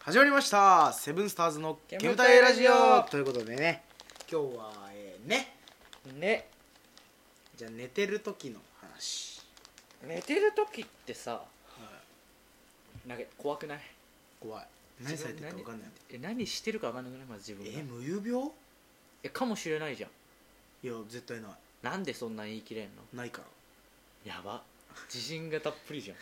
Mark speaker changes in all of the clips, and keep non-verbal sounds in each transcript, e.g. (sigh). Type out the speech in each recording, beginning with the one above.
Speaker 1: 始まりましたセブンスターズの
Speaker 2: 煙
Speaker 1: 煙
Speaker 2: た
Speaker 1: た
Speaker 2: い
Speaker 1: い
Speaker 2: ラ
Speaker 1: ラ
Speaker 2: ジ
Speaker 1: ジ
Speaker 2: オ
Speaker 1: オということでね今日は、えーね
Speaker 2: ね
Speaker 1: じゃあ寝てる時の話
Speaker 2: 寝てる時ってさなんか怖くない
Speaker 1: 怖い何されてるか分かんない
Speaker 2: え何してるか分かんなくないまず自
Speaker 1: え
Speaker 2: 分が
Speaker 1: ー無遊病
Speaker 2: えかもしれないじゃん
Speaker 1: いや絶対ない
Speaker 2: なんでそんな言い切れんの
Speaker 1: ないから
Speaker 2: やば自信がたっぷりじゃん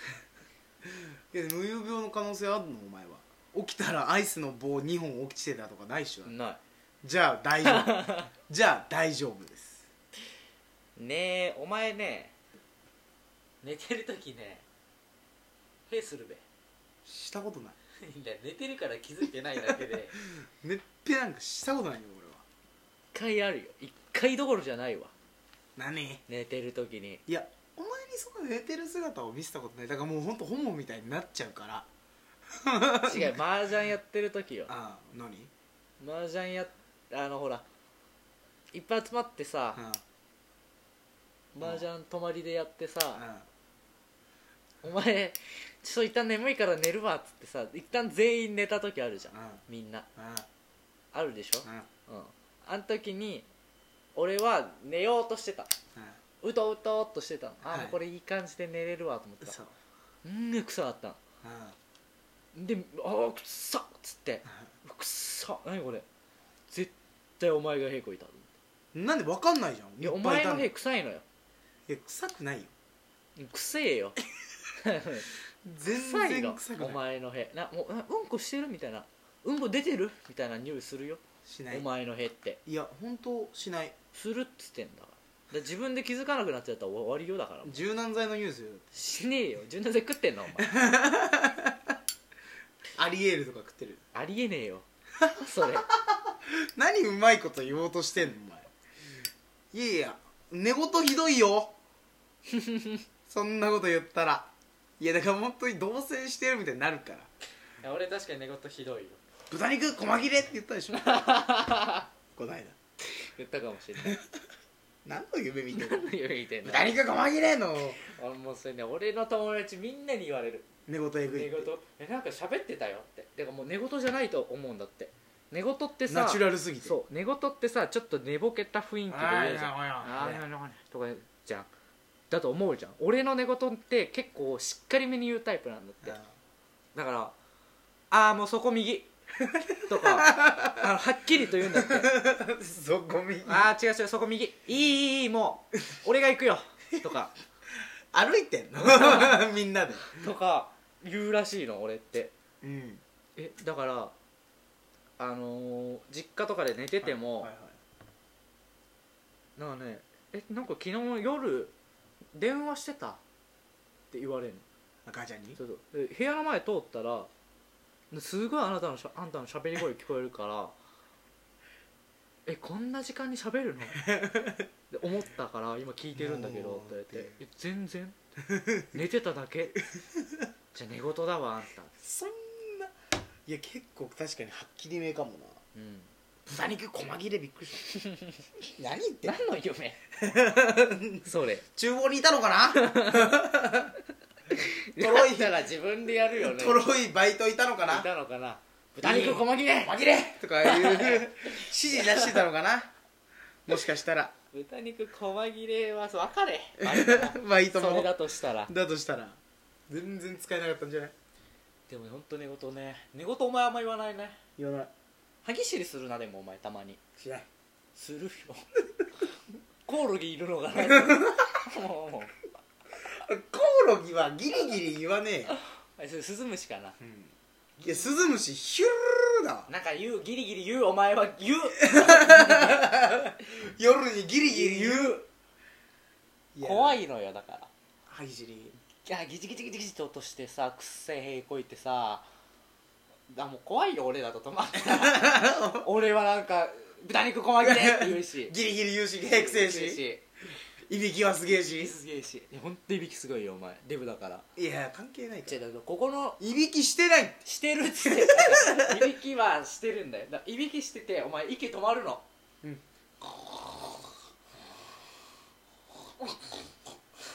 Speaker 1: いや無遊病の可能性あるのお前は起きたらアイスの棒2本落ちてたとかないっしょ、
Speaker 2: (laughs) な
Speaker 1: じゃあ大丈 (laughs) 夫じゃあ大丈夫です
Speaker 2: いねえお前ね寝てる時ねへするべ
Speaker 1: したことない
Speaker 2: いや寝てるから気づいてないだけで
Speaker 1: 寝っぺなんかしたことないよ俺は
Speaker 2: (laughs) 一回あるよ一回どころじゃないわ
Speaker 1: 何
Speaker 2: 寝てる時 (laughs) に
Speaker 1: いやお前にその寝てる姿を見せたことないだからもうほんとホモみたいになっちゃうから
Speaker 2: 違う麻雀やってる時よ
Speaker 1: ああ何
Speaker 2: 麻雀やあのほらいっぱい集まってさ、
Speaker 1: あ
Speaker 2: 麻雀泊まりでやってさ、
Speaker 1: あ
Speaker 2: お前ちょっと一旦眠いから寝るわっつってさ一旦全員寝た時あるじゃん、
Speaker 1: あ
Speaker 2: みんな
Speaker 1: あ
Speaker 2: あるでしょ
Speaker 1: あ
Speaker 2: うんあん時に俺は寝ようとしてたうとうとっとしてたのあ、
Speaker 1: はい
Speaker 2: もうこれいい感じで寝れるわと思ってた
Speaker 1: そう
Speaker 2: うんげくそだった
Speaker 1: あ
Speaker 2: ので「ああくっそ!」っつって「くっそ何これ絶対お前が屁こいた」
Speaker 1: なんで分かんないじゃん
Speaker 2: いや
Speaker 1: い
Speaker 2: お
Speaker 1: っぱい
Speaker 2: 前
Speaker 1: いた
Speaker 2: の
Speaker 1: の
Speaker 2: 屁臭いのよ
Speaker 1: いや臭くないよ
Speaker 2: くせえ
Speaker 1: (laughs)
Speaker 2: よ
Speaker 1: 全
Speaker 2: 臭い
Speaker 1: 然
Speaker 2: よ
Speaker 1: 臭く
Speaker 2: お
Speaker 1: ない
Speaker 2: 前の屁なもうなうんこしてるみたいなうんこ出てるみたいな匂いするよ、
Speaker 1: しない
Speaker 2: お前の屁って
Speaker 1: いや本当しない
Speaker 2: するっつってんだからだから自分で気づかなくなっちゃったら終わりよだから
Speaker 1: 柔軟剤のニュース
Speaker 2: しねえよ順当で食って
Speaker 1: (laughs)
Speaker 2: んのお前
Speaker 1: アリエールとか食ってる
Speaker 2: ありえねえよそれ
Speaker 1: 何うまいこと言おうとしてんのお前いやいや寝言ひどいよそんなこと言ったらいやだから本当に同棲してるみたいになるから
Speaker 2: 俺確かに寝言ひどいよ
Speaker 1: 豚肉細切れって言ったでしょこないだ
Speaker 2: 言ったかもしれない
Speaker 1: 何の夢見てる
Speaker 2: (laughs) 何の夢言ってんの
Speaker 1: 豚肉細切れの
Speaker 2: 俺もうそれね俺の友達みんなに言われる
Speaker 1: 寝言えぐい
Speaker 2: 寝
Speaker 1: っ
Speaker 2: 言えなんか喋ってたよってだからもう寝言じゃないと思うんだって寝言って
Speaker 1: て
Speaker 2: さ
Speaker 1: ナチュラルすぎて
Speaker 2: そう寝言ってさちょっと寝ぼけた雰囲気で
Speaker 1: あ
Speaker 2: 言うじゃんあーなるほどねとかじゃんだと思うじゃん俺の寝言って結構しっかりめに言うタイプなんだってだから「ああもうそこ右」 (laughs) とかあのはっきりと言うんだって
Speaker 1: そこ右
Speaker 2: 「 (laughs) ああ違う違うそこ右いいいいいいもう俺が行くよ」とか
Speaker 1: 歩いてんのみんなで
Speaker 2: (laughs) とか言うらしいの俺って
Speaker 1: うん
Speaker 2: えだからあのー実家とかで寝てても、
Speaker 1: はいはい
Speaker 2: なんかねえなんか昨日夜電話してたって言われるの
Speaker 1: あ母ちゃんに
Speaker 2: そうそうで部屋の前通ったらすごいあなたのしゃあんたの喋り声聞こえるからえこんな時間に喋るのって思ったから今聞いてるんだけどって言われ
Speaker 1: もう
Speaker 2: てえ全然寝てただけじゃあ寝言だわあんた
Speaker 1: そんないや結構確かにはっきりめかもな
Speaker 2: うん
Speaker 1: 豚肉細切れびっくりした
Speaker 2: (laughs)
Speaker 1: 何言ってんの
Speaker 2: 何の夢それ
Speaker 1: 厨房にいたのかな
Speaker 2: とろいたら自分でやるよね
Speaker 1: とろいバイトいたのかない
Speaker 2: たのかな豚肉細切れ
Speaker 1: 紛れとかいう指示出してたのかなもしかしたら
Speaker 2: 豚肉細切れはそう分かれ
Speaker 1: バイト
Speaker 2: それ
Speaker 1: も
Speaker 2: だとしたら
Speaker 1: だとしたら全然使えなかったんじゃない
Speaker 2: でも本当寝言ね寝言お前あんま言わないね
Speaker 1: 言わない
Speaker 2: 歯ぎしりするなでもお前たまに
Speaker 1: しない
Speaker 2: するよ (laughs) コオロギいるのかな (laughs) もうもう
Speaker 1: コオロギはギリギリ言わねえよ、
Speaker 2: あれそれスズムシかな
Speaker 1: うん、いやスズムシヒュルルルだわ
Speaker 2: なんか言うギリギリ言うお前は言う
Speaker 1: 夜にギリギリ言う
Speaker 2: 怖
Speaker 1: い
Speaker 2: いのよだから
Speaker 1: 歯ぎしり
Speaker 2: いやギチギチギチギチと落としてさくっせえへいこいてさあもう怖いよ俺だと止まった
Speaker 1: (laughs)
Speaker 2: 俺はなんか豚肉細切れって言うし
Speaker 1: ギリギリ言うし平くせえしいびきはすげえし
Speaker 2: すげえしいや本当いびきすごいよお前デブだから
Speaker 1: いや関係ないから
Speaker 2: 違うだからここの
Speaker 1: いびきしてないって
Speaker 2: してるっ (laughs) つっていびきはしてるんだよだいびきしててお前息止まるの
Speaker 1: うん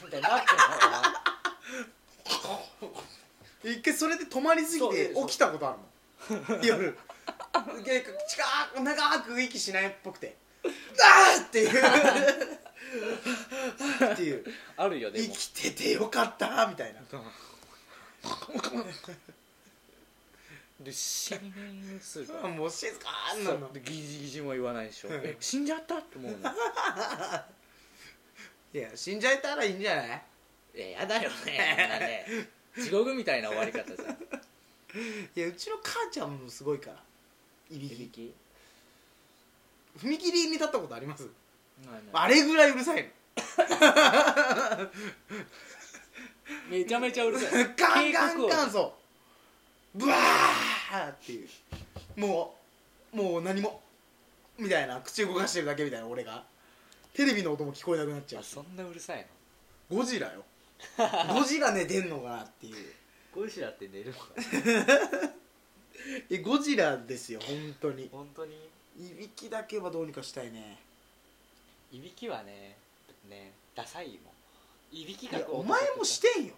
Speaker 2: みたいになってんのお前
Speaker 1: 一回それで止まりすぎ
Speaker 2: そう
Speaker 1: て
Speaker 2: そう
Speaker 1: 起きたことある夜結構近く長く息しないっぽくてあー (laughs) っていうっていう
Speaker 2: あるよで
Speaker 1: 生
Speaker 2: も
Speaker 1: きててよかったみたいな
Speaker 2: で死にするから
Speaker 1: もう静かになるの
Speaker 2: でギジギジも言わないでしょ
Speaker 1: うん
Speaker 2: え死んじゃったって思 (laughs) うの
Speaker 1: いや死んじゃえたらいいんじゃない
Speaker 2: いややだよね (laughs) あんなね地獄みたいな終わり方さ
Speaker 1: いやうちの母ちゃんもすごいからいび
Speaker 2: (laughs) いび
Speaker 1: き
Speaker 2: き
Speaker 1: 踏切に立ったことあります
Speaker 2: ないない
Speaker 1: あれぐらいうるさいの
Speaker 2: めちゃめちゃうるさい
Speaker 1: (laughs) ガンガンガン
Speaker 2: 警告
Speaker 1: そうブワーっていうもうもう何もみたいな口動かしてるだけみたいな俺がテレビの音も聞こえなくなっち
Speaker 2: 音
Speaker 1: ゃ
Speaker 2: あ
Speaker 1: う
Speaker 2: そんなうるさいの
Speaker 1: ゴジラよゴジラ寝てんのかなっていう
Speaker 2: ゴジラって寝るのか
Speaker 1: えゴジラですよ本当に
Speaker 2: 本当に
Speaker 1: いびきだけはどうにかしたいね
Speaker 2: いびきはねねダサいもんいびき
Speaker 1: い
Speaker 2: が
Speaker 1: や
Speaker 2: こう
Speaker 1: お前もしてんよ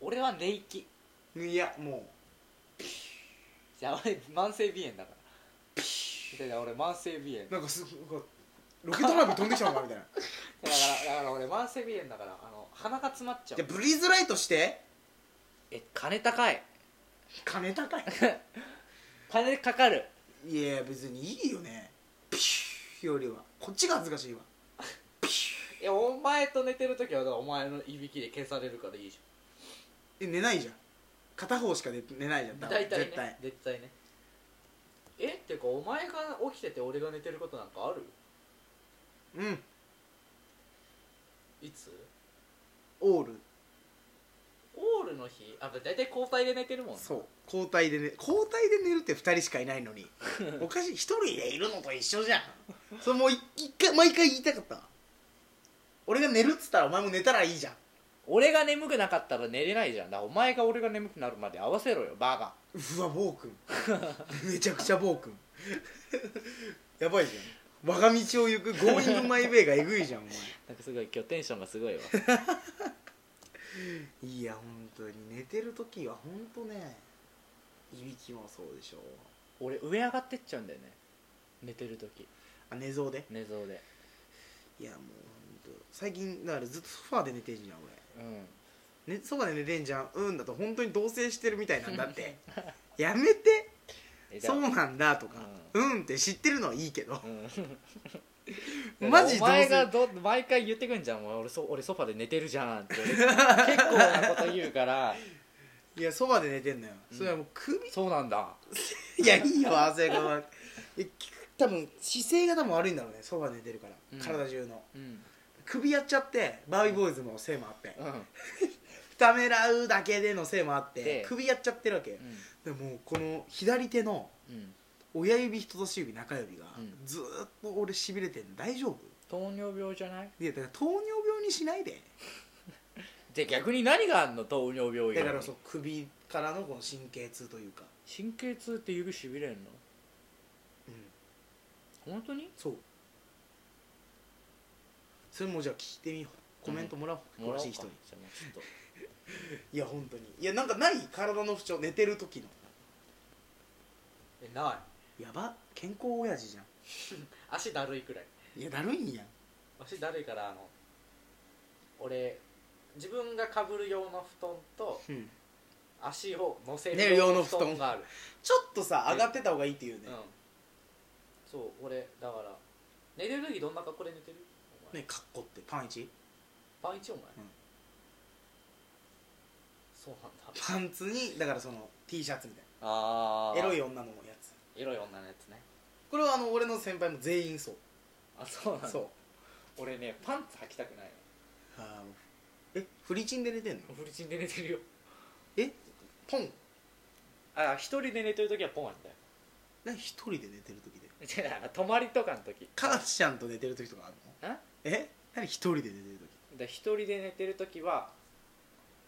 Speaker 2: 俺は寝息
Speaker 1: いやも
Speaker 2: じゃあ俺慢性鼻炎だからピだから俺慢性鼻炎
Speaker 1: うなんかすごいロケット花火飛んできたのかみたいな
Speaker 2: だからだから俺慢性鼻炎だからあの鼻が詰まっちゃ
Speaker 1: (laughs) じゃ
Speaker 2: う
Speaker 1: ブリーズライトして
Speaker 2: え金高い
Speaker 1: 金高い
Speaker 2: 金かかる
Speaker 1: (laughs) いや別にいいよねピューよりはこっちが恥ずかしいわ
Speaker 2: いやお前と寝てる時はだからお前のいびきで消されるからいいじ
Speaker 1: え寝ないじゃん片方しか寝寝ないじゃん多
Speaker 2: ゃ
Speaker 1: 分
Speaker 2: ん大体ね
Speaker 1: 絶対
Speaker 2: 絶対ねえっていうかお前が起きてて俺が寝てることなんかある
Speaker 1: うん
Speaker 2: いつ
Speaker 1: オール
Speaker 2: オールの日あ大体交代で寝てるもんね
Speaker 1: そう交代で寝交代で寝るって2人しかいないの (laughs) におかしい1人でいるのと一緒じゃんそれもうい一回毎回言いたかったわ俺が寝るっつったらお前も寝たらいいじゃん
Speaker 2: 俺が眠くなかったら寝れないじゃんだからお前が俺が眠くなるまで合わせろよバカ
Speaker 1: うわ暴君めちゃくちゃ暴君やばいじゃん我が道を行く「Going my way」がえぐいじゃんお前
Speaker 2: なんかすごい今日テンションが
Speaker 1: (laughs)
Speaker 2: すごいわ
Speaker 1: いや本当に寝てる時は本当ねいびきもそうでしょ
Speaker 2: 俺上上がってっちゃうんだよね寝てる時
Speaker 1: あ寝相で
Speaker 2: 寝相で
Speaker 1: いやもう本当最近だからずっとソファーで寝てんじゃん
Speaker 2: うん
Speaker 1: 俺、ね、ソファーで寝てんじゃんうんだと本当に同棲してるみたいなんだって
Speaker 2: (laughs)
Speaker 1: やめて
Speaker 2: えだ
Speaker 1: そうなんだとか、うん、って知ってるのはいいけど
Speaker 2: うん (laughs)
Speaker 1: マジ
Speaker 2: お前が
Speaker 1: 同棲
Speaker 2: ど毎回言ってくんじゃんもう俺そ俺ソファで寝てるじゃんって俺結構なこと言うから
Speaker 1: いやソファーで寝てんのよ、
Speaker 2: う
Speaker 1: (laughs)
Speaker 2: ん
Speaker 1: それはもう首 (laughs)
Speaker 2: そうなんだ
Speaker 1: いやいいよ汗が回るいや多分姿勢が多分悪いんだろうねソファーで寝てるから、
Speaker 2: うん
Speaker 1: 体中の
Speaker 2: うん
Speaker 1: 首やっちゃってバービーボーイズのせいもあって、
Speaker 2: うん、うん、
Speaker 1: ためらうだけでのせいもあって
Speaker 2: で
Speaker 1: 首やっちゃってるわけでもこの左手の
Speaker 2: うん、
Speaker 1: 親指人差し指中指が
Speaker 2: うん
Speaker 1: ずーっと俺しびれてんの大丈夫
Speaker 2: 糖尿病じゃない
Speaker 1: いやだから糖尿病にしないで
Speaker 2: じゃあ逆に何があんの糖尿病以外
Speaker 1: だ
Speaker 2: に
Speaker 1: からそう首からのこの神経痛というか
Speaker 2: 神経痛って指しびれんの
Speaker 1: うん
Speaker 2: 本当に
Speaker 1: そうそれもじゃあ聞いてみようコメントもらおう、詳しい人に
Speaker 2: じゃあもうちょっと
Speaker 1: いや本当にいやなんかない体の不調寝てる時の
Speaker 2: えない
Speaker 1: やば健康親父じゃ
Speaker 2: 足だるいくらい
Speaker 1: んいやだるいんやん
Speaker 2: 足だるいからあの俺自分がかぶる用の布団と
Speaker 1: うん
Speaker 2: 足を乗せ
Speaker 1: 寝
Speaker 2: る
Speaker 1: る用
Speaker 2: 用
Speaker 1: の
Speaker 2: の
Speaker 1: 布団
Speaker 2: 布団がある、
Speaker 1: ちょっとさ上がってた方がいいっていうね
Speaker 2: うん、そう俺だから寝てる時どんな格好で寝てるお前
Speaker 1: ねかっこってパン1
Speaker 2: パン一お前、
Speaker 1: ん
Speaker 2: そうなんだ
Speaker 1: パンツにだからその T シャツみたい
Speaker 2: あ
Speaker 1: なエロ
Speaker 2: い
Speaker 1: い女のやつ
Speaker 2: エロい女のやつね
Speaker 1: これはあの俺の先輩も全員そう
Speaker 2: あそうなんだ
Speaker 1: そう
Speaker 2: 俺ねパンツ履きたくない
Speaker 1: あーえフリチンで寝てんの
Speaker 2: のフルチンで寝てるよ
Speaker 1: えポン
Speaker 2: あ一人で寝てる時はポンなん (laughs) だよ
Speaker 1: 何一人で寝てる時で
Speaker 2: じゃあ泊まりとかの時
Speaker 1: 母ちゃんと寝てる時とかあるの
Speaker 2: ん
Speaker 1: え何一人で寝てる時
Speaker 2: で一人で寝てる時は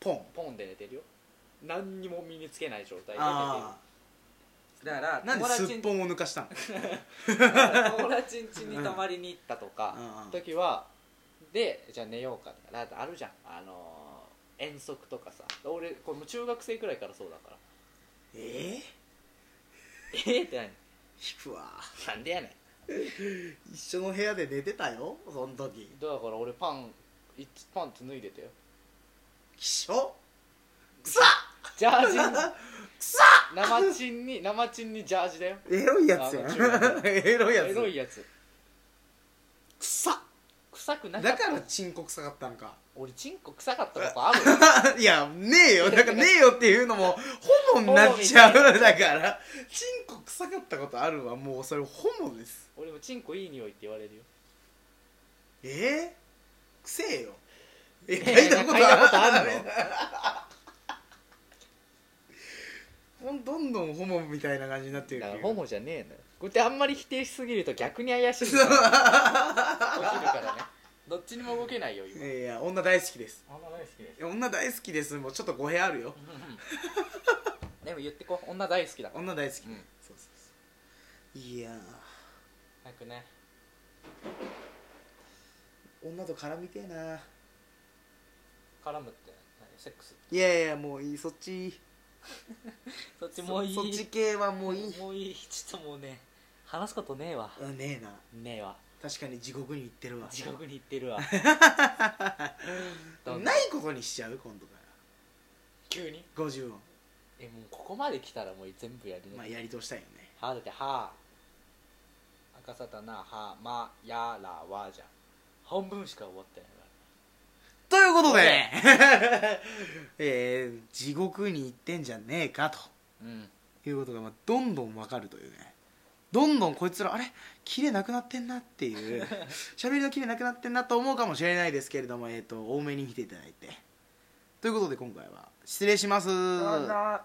Speaker 1: ポン
Speaker 2: ポンで寝てるよ何にも身につけない状態で寝て
Speaker 1: あ
Speaker 2: るだから
Speaker 1: あなんですすっ
Speaker 2: ん
Speaker 1: ぽんを抜か (laughs) したの
Speaker 2: 友達ん家に (laughs) 泊まりに行ったとか
Speaker 1: うんうん
Speaker 2: 時はでじゃあ寝ようかだってあるじゃんあのー遠足とかさ俺これもう中学生くらいからそうだから
Speaker 1: え
Speaker 2: えって何
Speaker 1: 引くわ
Speaker 2: なんでやね
Speaker 1: 一緒の部屋で寝てたよその時
Speaker 2: んだから俺パンいつパンツ脱いでたよ
Speaker 1: きしょくさ
Speaker 2: ジャージ
Speaker 1: っ (laughs) くさ
Speaker 2: 生チンに生チンにジャージだよ
Speaker 1: っエロいやつやん
Speaker 2: あ間違
Speaker 1: (laughs) エロいやつ
Speaker 2: エロいやつ
Speaker 1: くさ
Speaker 2: 臭くな
Speaker 1: だ
Speaker 2: かった
Speaker 1: からチンコ臭かったんか
Speaker 2: 俺チンコ臭かったことある
Speaker 1: (laughs) いやねえよだからねえよっていうのもホモになっち (laughs) ゃう
Speaker 2: ホモみた
Speaker 1: だ
Speaker 2: い
Speaker 1: からチンコ臭かったことあるわもうそれホモです
Speaker 2: 俺もチンコいい匂いって言われるよ
Speaker 1: えー、くせえよえ
Speaker 2: え
Speaker 1: 嗅
Speaker 2: (laughs)
Speaker 1: いだこと
Speaker 2: 嗅いだことあ
Speaker 1: あ
Speaker 2: ん
Speaker 1: (laughs) る
Speaker 2: の
Speaker 1: ほんどんどんホモみたいな感じになってる
Speaker 2: だ
Speaker 1: け
Speaker 2: から
Speaker 1: ど
Speaker 2: ホモじゃねえのよこうやってあんまり否定しすぎると逆に怪しい
Speaker 1: そ
Speaker 2: 起きる
Speaker 1: う
Speaker 2: からねどっちにも動けないよ今
Speaker 1: いやいや女大好きです
Speaker 2: あんま大好きで
Speaker 1: いや女大好きですもうちょっと語弊あるよ
Speaker 2: すでも言ってこう女大好きだから
Speaker 1: 女大好き、
Speaker 2: うん
Speaker 1: そうそうそういや
Speaker 2: なんかね
Speaker 1: ー女と絡みてえな
Speaker 2: 絡むって何セックス
Speaker 1: いやいやもういいそっち
Speaker 2: そっちもういい
Speaker 1: そそっち系はもういい
Speaker 2: もういいちょっともうね話すことねえわ
Speaker 1: うんねえな
Speaker 2: ねえわ
Speaker 1: 確かに地獄に行ってるわ
Speaker 2: 地獄に行ってるわ (laughs) どんな
Speaker 1: ないことにしちゃう今度か
Speaker 2: 急に
Speaker 1: ら50音
Speaker 2: えもうここまで来たらもう全部やり
Speaker 1: ま
Speaker 2: な
Speaker 1: あ
Speaker 2: い、
Speaker 1: やり通したいよね
Speaker 2: はだっては赤さたなはまやらわじゃ半分しか終わってないから
Speaker 1: ということで、 (laughs) えー地獄に行ってんじゃねえかと
Speaker 2: うん
Speaker 1: いうことがまあどんどんわかるというねどんどんこいつらあれキレなくなってんなっていう喋りがキレなくなってんなと思うかもしれないですけれども、えー、と多めに見ていただいてということで今回は失礼します
Speaker 2: な